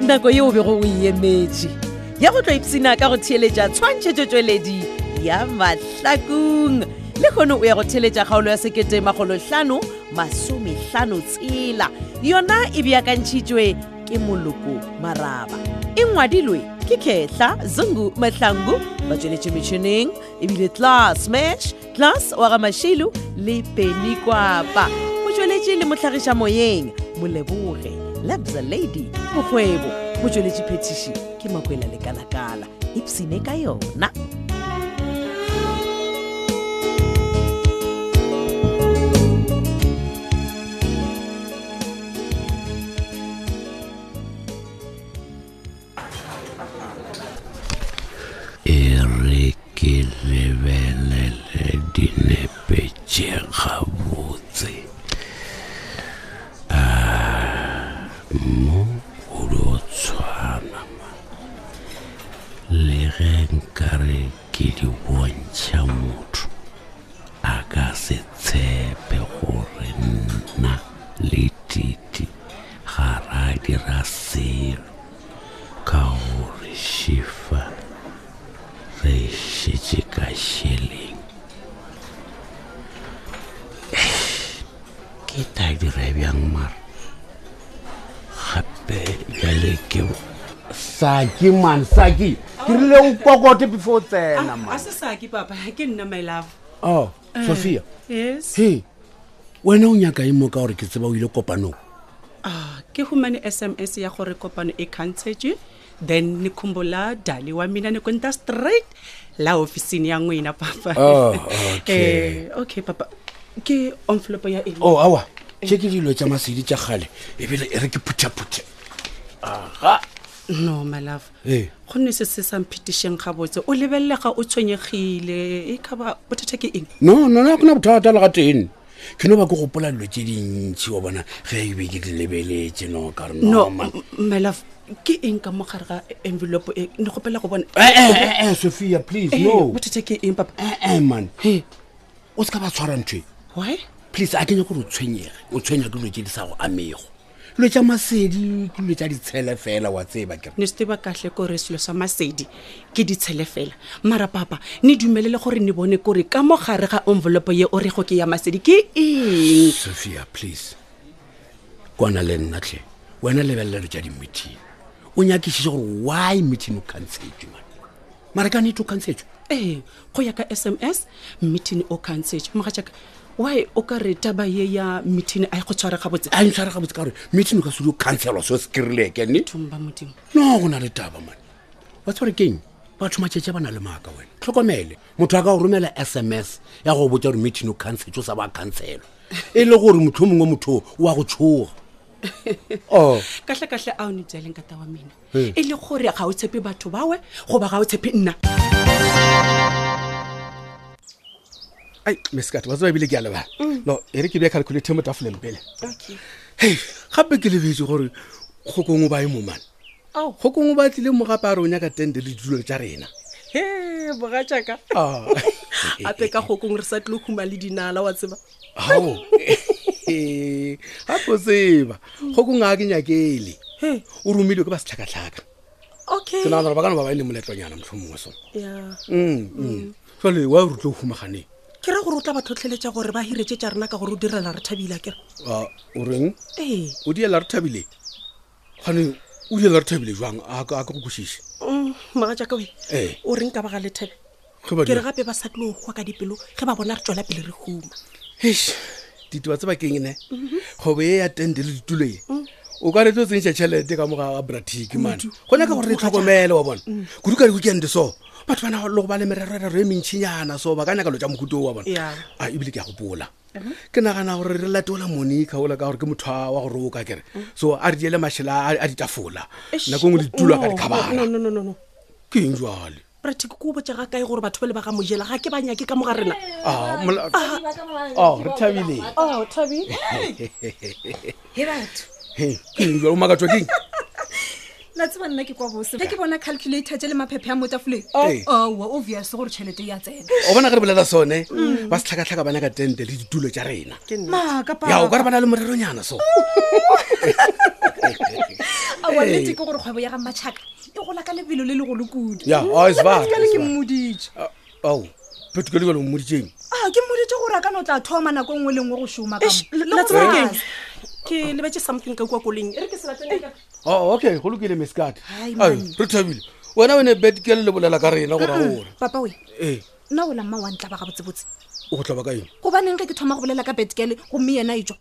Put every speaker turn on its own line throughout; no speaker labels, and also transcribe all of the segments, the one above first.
nako yeo bego o e emetše ya go tlo ipsina ka go theeletša tshwantšhetšotšweledi ya mahlakong le kgone o ya go theeletša kgaolo ya sekete magolohlano masomehlano tshela yona e beakantšhitšwe ke moloko maraba e ngwadilwe ke kehla zungu mahlangu ba tsweletše metšhineng ebile class mash class wa ga mašilo le penikwapa motsweletši le motlhagiša moyeng moleboge labza lady mokgwebo motsweletši phetiši ke makwela lekalakala ipsene ka yona
e re ke lebelele dinepe tše gabotse a mo o lo tshwana man. le ge nkare ke di bontšha motho a ka se tshepe gore nna le titi ga ra dira selo ka gore šifa re šetše ka šeleng ke ta dira bjang mara gape bjale ke
saki man saki ke rile o pokote before o tsena
a
man
Ah, se saki papa ke nna my love
oh sophia
yes
he wena o nyaka e moka gore ke tseba o ile kopanong
ah ke humane sms ya gore kopano e cancetse then ni khumbola dali wa mina ni kwenta straight la ofisini ya n'wina papa
Oh, okay.
Eh,
Oh.
okay papa ke envelope ya eng
o awa tše ke Eh. dilo tša masedi tša kgale ebile e re ke phuthaphuthe
no my love
Eh.
gonne se se samphetišeng gabotse o lebelega o tshwenyegile e kaba bothata ke eng
no nona go na bothata le ga teng ke no ba ke gopola dilo tše dintšhi wa bona ge ebe ke di lebeletse no ka re
no
Oh, man.
m- my love ke eng ka mogare ga envelope e ne gopela go bona
Eh, eh, eh, eh, sophia please
Eh,
no
bothata ke eng papa Eh,
ee man
Hey,
o se ka ba tshwara ntho e
why
please a kenya gore o tshwenyege o tshwenya ke dilo tse di sa go amego dilo tsa masedi ke dilo tsa ditshele fela wa tseba kere
ne se tseba katlhe kore selo sa masedi ke ditshele fela mara papa ne dumelele gore ne bone kore ka mo gare ga envelope ye o rego ke ya masedi ke eng
sophia please kwana le nnatlhe wena lebelelelo tsa di-meeting o nyakišiše gore why meeting o cancetswe man mare ka nete o cancetswe
ee go ya ka sms meeting o cancetse moga jaaka why o ka re taba ye ya meeting a e go tshware gabotse
a ntshware gabotse ka gore meeting o ka sedi o cancelwa seo se kerileke nne
tumba modimo
no go na le taba mane wa tshware keng batho matšhetše ba na le maaka wena tlhokomele motho a ka go romela sms ya go botsa gore meeting o cancetse o sa ba cancelwa e le gore motlho mongwe motho o a go tshoga o
katlhekatlhe a o ne jaleng ka tawa mena e le gore ga o tshepe batho bawe goba ga o tshepe nna
ai meskat wa tseba ebile ke a lebala
Mm.
no e re ke bea calculate mo tafoleng pele hei gape ke lebetse gore kgokong o ba e momane
Ao.
kgokong o ba tlile mo gape a re o nyaka tende le ditulo tsa rena
he boga jaaka
Eh,
Ah.
ape ka gokong re sa tlile go huma le dinala wa tseba
ao Eh, gape o tseba kgokong a ke nyakele o romilwe ke ba setlhakatlhaka
okay
ke nagana gore ba kana ba ba e le moletlonyana motlho mongwe sone
Yeah. Mm.
jale Mm, wa re tlo o humaganeng
ke ra gore o tla ba tlhotlheletša gore ba hiretse tša rena ka gore o direla re thabile akere
Ah, o reng
ee
o diela re thabile gane o diela re thabile jang a ka a ka go kosiše
moga jaaka oe
Ee.
o reng ka baga lethabe
Ge ba
ke re
dira-
gape ba sa tlile go gwa ka dipelo ge ba bona re tswela pele re huma
Eish, ditiwa tse bakeng ne kgobo e ya tente le ditulo e o ka re tlo tsentšha tšhelete ka moga ga bratiki mane go nyaka gore re tlhokomele wa bona kudu ka di-weekend so batho ba na le go ba le mererorero e mentšhinyana so ba ka nyaka lo tsa mokuto wa bona
Yeah.
a ebile ke a gopola ke nagana gore re lateola monica ola ka gore ke motho a wa go roka kere so a re diele mašhela a- a ditafola nako e ngwe le ditulo a
Oh,
ka dikgabara
nononono
ke eng jale
pratic ko o botsa ga kae gore batho ba le ba ga mojela ga ke ba nyake ka moga rena
Ah, mola- Oh, re thabile
o thabile
Hey, ke eng jwale? o makatswa keng
la tseba nna ke kwa Eh. bose ge ke bona calculator tse le maphephe a motafoleng
Ee.
owa obvious gore tšhelete ya tsena
o bona ka re bolela sone ba setlhakatlhaka bana ka tente le ditulo tša rena
maaka
ya o ka re ba na le moreronyana so
awalete Ah, ke gore kgwebo ya ga matšhaka e gola ka lebelo le legolo kudu
Ya, a, it's bad,
jale
it's
ke
bad.
mmoditše
ao petokele jalo mmoditseng
a Ah, ke mmoditše gore a ka no tla thoma nako e nngwe le nngwe go šoma ka mo.
Eish,
Le
la
go
tseba
basa.
keng? ke lebetse something ka kua koleng e re ke se latele ka-
o okay go lokile mescat
Hai, man.
re thabile wena o ne betkele le bolela ka rena gore a ore
papa we
ee
nna o la mma wa ntla ba gabotsebotse
o go tlhoba ka eng
gobaneng ge ke thoma go bolela ka betkele gomme yena e tswa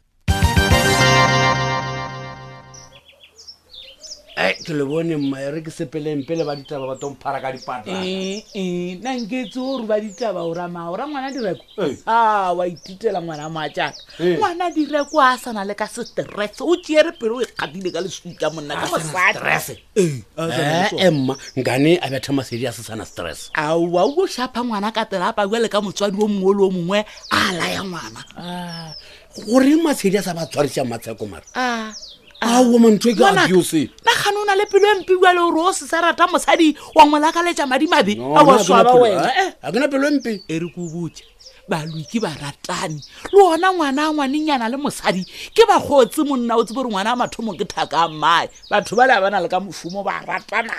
ai ke le bone mma re ke sepelengpele ba ditaba ba tomphara ka dipata
Eh, ee nanketse gore ba ditaba o ramao ra ngwana direko a wa ithutela ngwana majaaka ngwana direko a sana le ka seterese o tseere pele o ekgatile ka lesuta monna ka mosadi
ee mma nkane a betha masedi a se sana stress
aowa o shapa ngwana ka telapa jale ka motswadi o mongwe le o mongwe a laya ngwana
goreng masedi a sa ba tshwaretša matsheko mare
Ah, ah.
ao mantho e ke
Ngwanaka,
abuse
nagane o na le pelo empi jale ore o se sa rata mosadi wa ngwelakaletša madimabe a wa swaba wena Eh,
a kena pelo empe
e re ko botse balwiki ba ratane le ona ngwana a ngwanenyana le mosadi ke ba kgotse monna o tsebe gore ngwana a mathomo ke thaka mmae batho ba le a bana le ka mofumo ba ratana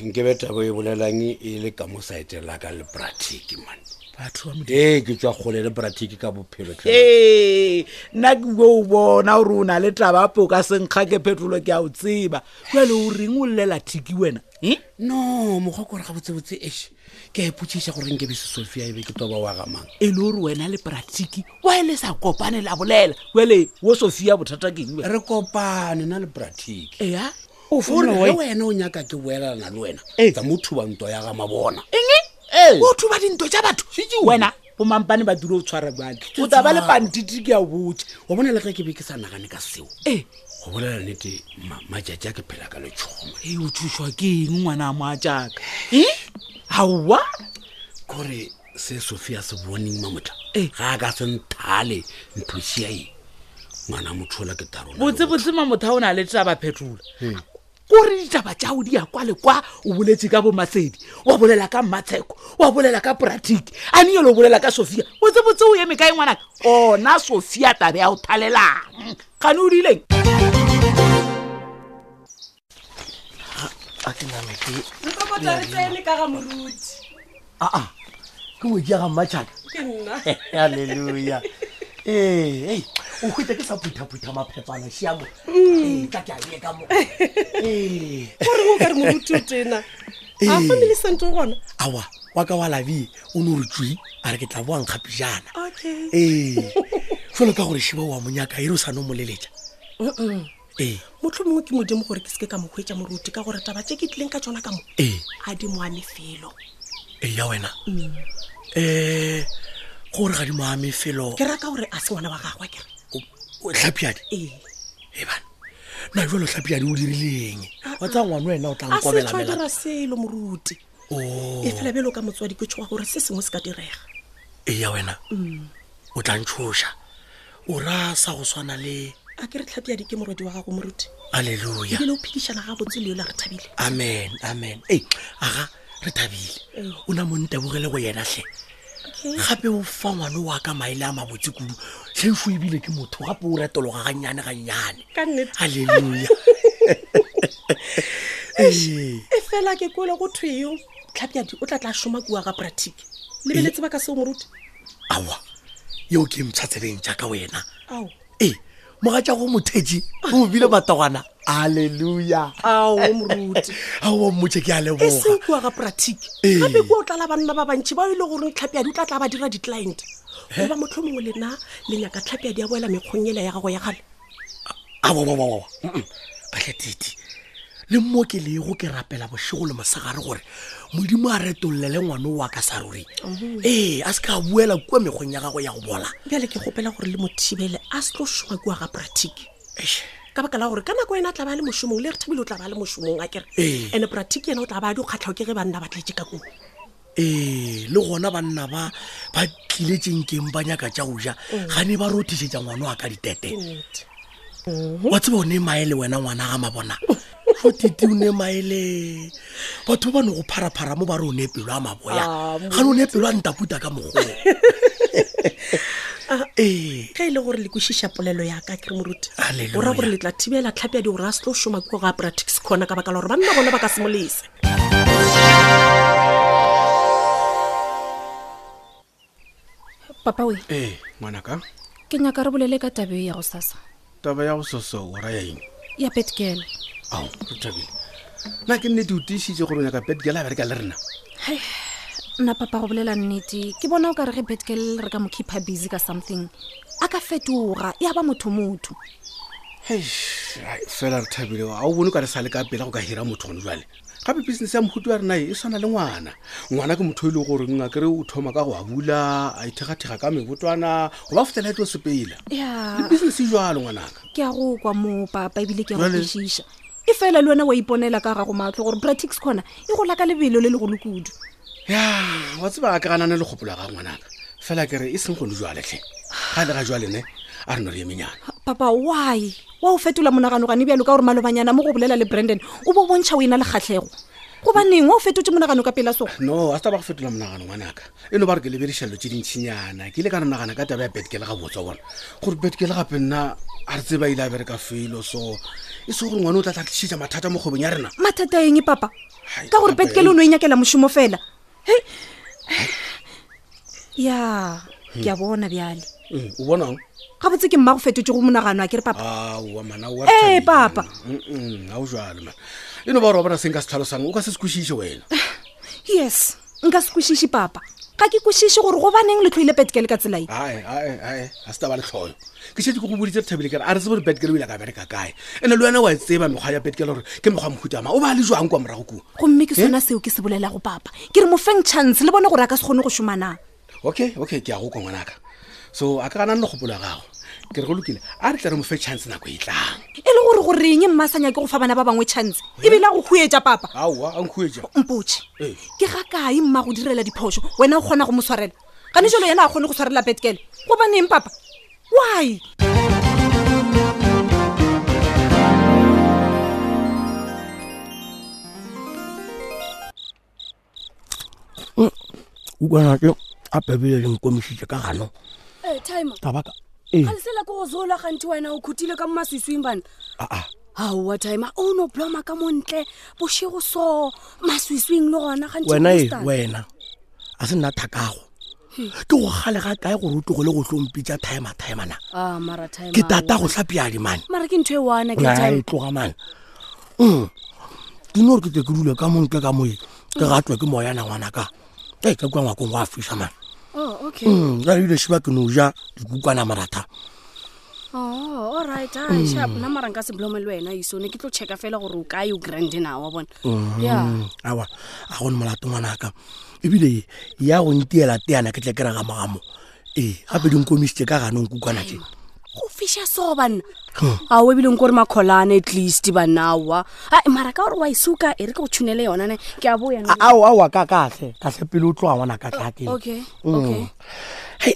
nke betabo e bolelang e le ka mo saete la ka le bratiki man
batho ba mod
ee ke tswa kgole le bratiki ka bophelo hle.
ee Eh, nna ke o bona gore o na le tabapo ka senkga ke phetolo ke a o tseba jale o reng o llela thiki wena Eh?
no mokgwa ke gore ga botsebotse ese ke a ipotšiša gore nke bese sophia e be ke toba wa gamang
e le gore wena le pratiki wa e le sa kopane la bolela jale wo sofia bothata keng
re kopane na le bratiki
ea
gore ge wena o nyaka ke boelelana le wena tsa mo thubanto ya ga mabona
eng o thuba dinto tsa batho wena bomampane ba dule o tshwara jale o taba le pantiti ke a botse
wa bona le ge ke be ke sa nagane ka seo
ee
go bolela nnete majatši a ke phela ka letšhoma
e o thuswa ke eng ngwana a moajaka e gaowa
kore se sophia se boneng mamotla
Eh.
Ee.
ga a ka se nthale ntlosia e ngwana motlhola ke tarona
botsebotse mamotho a o ne a le taba phetola kore ditaba tjao di ya kwa le kwa o boletse ka bomasedi wa bolela ka mmatsheko wa bolela ka pratiki a neele o bolela ka sophia botsebotse o eme kae ngwanaka ona sophia tabe ya o thalelang gane o diileng
nkokotla re tsene ka ga moruti
aa ke boke ya ga mmatšhaka
ke nna
halleluja ee o hwetsa ke sa phuthaphutha maphepana siamo
Mm.
Eh, tla ke a bee ka moka ee
gore o ka re moruti o tena
Ee.
a family sente gona
awa wa ka wa labie o ne o re tswi a re ke tla boa nkgapijana
okay
ee felo ka gore shiba wa monyaka e re o sa no moleletša ee
motlho mongwe ke modimo gore ke seke ka mo kgwetsa moruti ka gore taba tse ke tlileng ka tsona ka mo
ee
a di moane felo
ee ya wena
Mm.
um gore ga di moame felo
ke raka gore a se ngwana wa gagwe kere
tlhapiadi
ee
e bana na jalo tlhapiadi o dirileng wa tsaya ngwane wena o tla
a se tshwa
nkobelamelao
dira selo moruti e fela bjelo ka motswadi ke tshoga gore se sengwe se ka direga
ee ya wena
Mm.
o tla ntshoša o ra sa go swana le
a ke re tlhapiadi ke morwadi wa gago moruti
alleluja
ebile o phedišana ga botse le yola re thabile
amen amen e aga re thabile o na montebogele go yenatlhe
okay
gape o fa ngwane wa ka maele a mabotse kudu tlhaifo ebile ke motho gape o retologa gannyane gannyane
Ka nnete.
alleluja
e fela ke kole go thweo tlhapiadi o tla tla šoma kua ga pratiki lebeletse ba ka seo moruti
aowa yeo ke mtshatsebeng jaaka wena
ao
ee moga tja go mothetse o bile matagwana alleluja
ao moruti
aowa mmotse ke a
e
leboga
seng kua ga pratiki
Ee.
gape kua o tlala banna ba bantšhi bao e le goreng tlhapiadi o tla tla ba dira di-client goba motlho mongwe lena lenyaka tlhapiadi ya boela mekgongela ya gago ya gale
awawawawa katlhe tete le mo ke lego ke rapela bošego le mosegare gore modimo a retollele ngwane wa ka sa ruri ee a se ka boela kua mekgweng ya gago ya go bola
bjale ke gopela gore le mo thibele a se tlo šoma kua ga pratiki ka baka la gore ka nako ena a tla ba a le mošomong le re thabile o tla ba a le mošomong a kere
Ee.
and pratiki yena o tla ba a di kgatlhao ke ge banna ba tletse ka koo
ee Eh, le gona banna ba ba tliletsengkeng ba nyaka tša go ja ga ne ba rothisetša ngwane wa ka ditete
Mm. nnete. Mhm.
wa tseba one mae le wena ngwana ga mabona
go titiune maele batho ba bane go pharaphara mo ba re o ne pelo a maboya
Ah,
ga ne o ne pelo a ntaputa ka mogo
Eh,
ee
ka e le gore le kwešiša polelo yaka kere moruti
Hallelujah.
o ra gore le tla thibela tlhapi ya di gore a se tlo šoma ko ga practics kgona ka baka la gore banna bona ba ka semolese
papa we
ee ngwanaka
ke nyaka re bolele ka tabe ya go sasa
taba ya go soso o raya eng
ya petgirl
ao re thabile nna ke nnete o tiisitse gore o nyaka petgela a bereka le rena
nna papa go bolela nnete ke bona o ka re ge petgirl re ka mo keepa busy ka something a ka fetoga ya ba motho motho
Eish, ai, fela re thabile a o bone o ka re sa le ka pela go ka hira motho gone jale gape business ya mohuti wa renae e tshwana le ngwana ngwana ke motho o e leng goreng a kere o thoma ka go a bula a ithekgathekga ka mebotwana goba fotela e tlo sepeila
ya
le business e jalo ngwanaka
ke a go kwa moo papa ebile ke a go
Jwale-
kwešiša e fela le wena wa iponela ka gago matlho gore practics kgona e gola ka lebelo le legolo kudu
ya wa tseba a ke ganane le kgopolo ya ga ngwanaka fela kere e seng gone jaletlhe ga le ga jalene a re no re emenyana
papa why wa o fetola monagano gane bjalo ka gore malobanyana mo go bolela le brandon o bo bontšha o e na le kgatlhego gobaneng wa o fetotse monagano ka pela sona
no a se taba go fetola monagano ngwanaka e no ba re ke lebedišalo tse dintšhinyana ke ile ka nonagana ka taba ya betkele ga botsa bona gore betkele gape nna a re tseba ile a bereka felo so e se gore ngwane o tla tlatlišiša mathata mo kgwebong ya rena
mathata a eng papa
Hai,
ka gore
papa,
petkele o
ei.
ne o inyakela mošomo fela Hei. ya ke a bona bjale
Mm, o bonang
gabotse ke mma go fetotse go monagano a kere papa
aowa mana o a re
Eh,
thabile,
papa.
man. Mm, mm, ga o jalo man e no ba gore wa bona seng ka se tlhalosang o ka se se kwešiše wena
yes nka se kwešiše papa ga ke kwešiše gore gobaneng le tlhoile petkele ka e. tselae
ae ae ae a se taba letlhoyo ke shetse ke go boditse re thabile kere a re se gore betkele o ile ka bereka kae ande le wena wa e tseba mekgwa ya betkele gore ke mekgwa mohutama o ba le jwang kwa morago kuo
gomme ke sona seo ke se bolelago papa ke re mofeng chance le bone gore a ka se kgone go šomanang
okay okay ke ya go kwa ngwanaka so a ka ganang legopolo ya gago ke re go lokile a re tla re mo fe chance nako e tlang
e le gore goreng mma sa nyake go fa bana ba bangwe chance
Eh?
ebile a go huetsa papa
aowa a nkhuetsa
mpotše
Ee.
ke ga kae mma go direla diphoso wena o kgona go mo tshwarela gane jalo yena a kgone go tshwarela petkele gobaneng papa why
ukwanake a pebile le nkomišitše ka gano
Eh, timer
ka eh. baka ee
ga lesela ke go zola gante wena o khutile ka mo maswiswing bana
aa
aowa timer o ne o bloma ka montle bošego so maswiswing le gona gante
wena e
Constant.
wena a se nna thakago ke go gale ga kae gore o tlogole go tlompitša timer timena
Ah, mara timer
ke tata go tlhapeadi mane
mara ke ntho e wana ke
na e
time
tloga mane Mm. ke no gore ke tle ke dule ka montle ka moe ke gatlwa ke moyana ngwanaka e ka kwa ngwakong go a fisa mane
oh okay
Mm, ka ebile sheba ke no ja dikukwana maratha
oh all right a sharp nna mara nka se blome le wena isone ke tlo checka fela gore o kae o grand nawa bona ya
Mm, awa a gone molato ngwanaka ebile ya go ntiela teana ke tle ke rega mogamo ee gape dinkomisitse ka ganong kukwana tse
go fiša so banna ao ebile nko gore makgolana at least banawa a mara ka gore wa e suka e re ke go tshunele yonane ke a boyana
ao aowa ka katlhe katlhe pele o tloga ngwana ka tlhakeng
okay okay
hei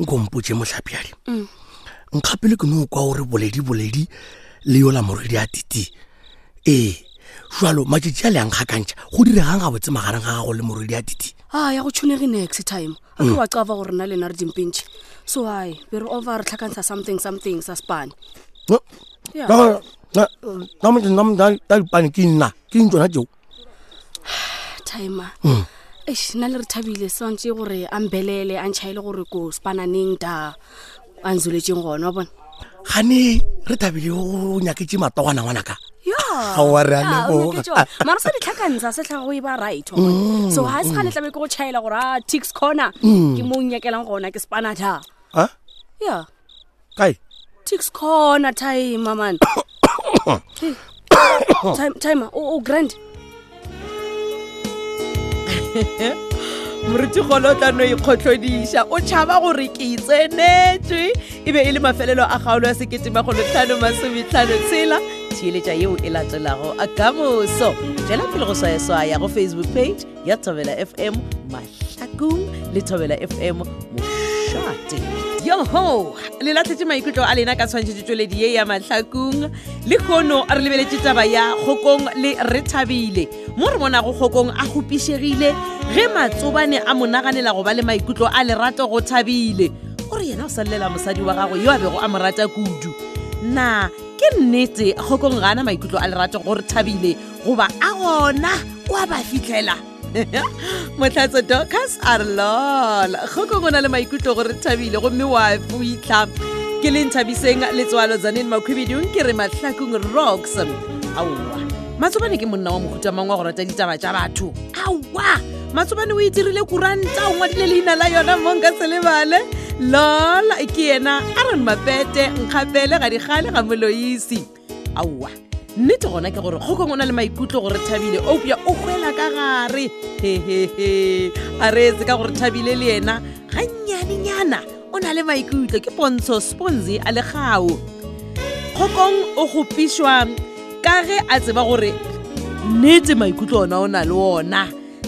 nkompotse motlhapiadi nkgapele ke no kwa gore boledi-boledi le yola moredi a titi ee jalo matšatši a le ankgakantšha go diregang ga botse magareng ga gago le moredi a titi
a ya go tshunege next time a ke wa cava gore na lena re dimpentšhe so ai be re over re tlhakantsha something something sa spane Yeah.
ta dipane ke nna ke eng tsona tseo
timer eish nna le re thabile swantse gore a mbelele a ntšhaele gore ko spananeng da a nzoletseng gona wa bona
gane re tabile o nyaketse matogwana ngwanaka
Yeah.
Aowa, re a
Ah, o
leboga.
nyaketše ona. mara sa ditlhakantsha se tlhaga go e ba right wa
Mm.
bona. so ga se gane tlabe ke go tšhaela gore a tix corner ke mo o nyakelang gona ke spana da
a
ya
kae
tix corner timer man Hey. Tim- timer o o grand
morutikgolo o tla no ikgotlhodiša o tšhaba gore ke itsenetswe e be e le mafelelo a kgaolo ya seketemagolotlhano masometlhano tshela theeletša yeo e latelago a kamoso tswela pele go swayaswaya go facebook page ya thobela fm mahlakong le thobela fm mošate yo yoho le latlhetse maikutlo a lena ka tshwantšhetso e tsweledi ye ya mahlakong le kgono re lebeletse taba ya kgokong le re thabile mo re monago kgokong a gopišegile ge matsobane a mo naganela go ba le maikutlo a lerato go thabile o re yena o sa llela mosadi wa gagwe yo a bego a mo rata kudu na ke nnete kgokong ga ana maikutlo a lerato gore thabile goba a gona o a ba fitlhela motlhatso docas are lol kgokong o na le maikutlo gore thabile gomme wa fitlha ke le nthabiseng letswalo tsaneng makhwibidung ke re matlhakong rocks aowa matsobane ke monna wa mohutamang wa go rata ditaba tša batho aowa matsobane o itirile kuranta o ngwadile leina la yona monka selebale lol ke yena aron mapete nkgapele ga dikgale ga moloisi aowa nnete gona ke gore kgokong o na le maikutlo gore thabile opia o hwela ka gare hehehe a reetse ka gore thabile le ena gannyanenyana o na le maikutlo ke pontsho sponse a le gao kgokong o gopišwa ka ge a tseba gore nnete maikutlo ona o na le ona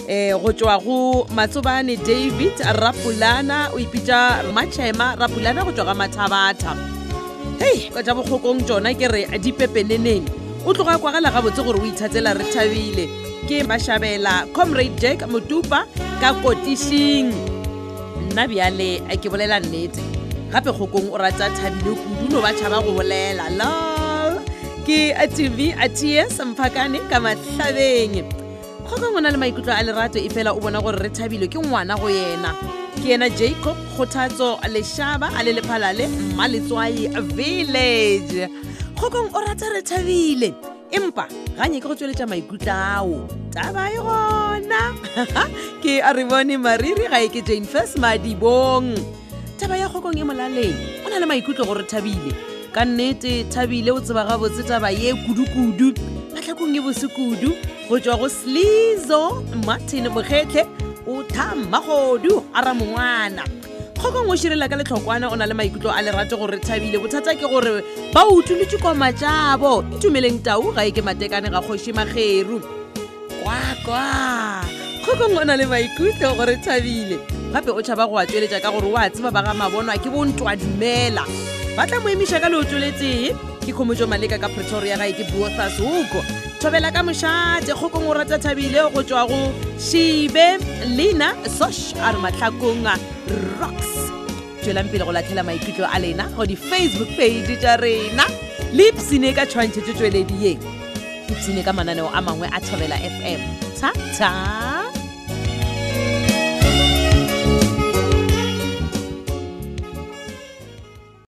um go tswa go matsobane david rapulana o ipitša machema rapulana go tswa ka mathabatha hei ka tša bokgokong tsona ke re dipepeneneng o tloga kwagala gabotse gore o ithatsela re thabile ke mašhabela comrade jack motupa ka kotišing nna bjale a ke bolela nnete gape kgokong o rata thabile kudu no ba tšhaba go bolela lol ke a tv a ts mphakane ka mahlabeng kgokong o na le maikutlo a lerato e fela o bona gore re thabile ke ngwana go yena ke yena jacob kgothatso leshaba a le lephala le mmaletswai village kgokong o rata re thabile empa ganye ke go tsweletša maikutlo ao taba e gona ke a re bone mariri ga e ke jane first madibong taba ya kgokong e molaleng o na le maikutlo gore thabile ka nnete thabile o tseba gabotse taba ye kudu-kudu matlhakong e bosekudu go tswa go slizo martin mogetlhe o thammagodu a ramongwana kgokong o širela ka letlhokwana o na le maikutlo a lerato gore thabile bothata ke gore ba utolotse koma tjabo itumeleng tau ga e ke matekane ga kgoši mageru kwakwa kgokong o na le maikutlo gore thabile gape o tšhaba go a tsweletša ka gore o a tseba ba ga mabonwa ke bontwa dumela ba tla mo emiša ka leotsoletsee ke kgomotso maleka ka pretoria ga e ke buothas huko thobela ka mošate kgokong o rata thabile go tswa go šibe lena sosh a re matlhakong rocks tswelang pele go latlhela maikutlo a lena go di-facebook page tša rena le psene ka tshwantšhetso tsweledi ye ipsene ka mananeo a mangwe a thobela fm thata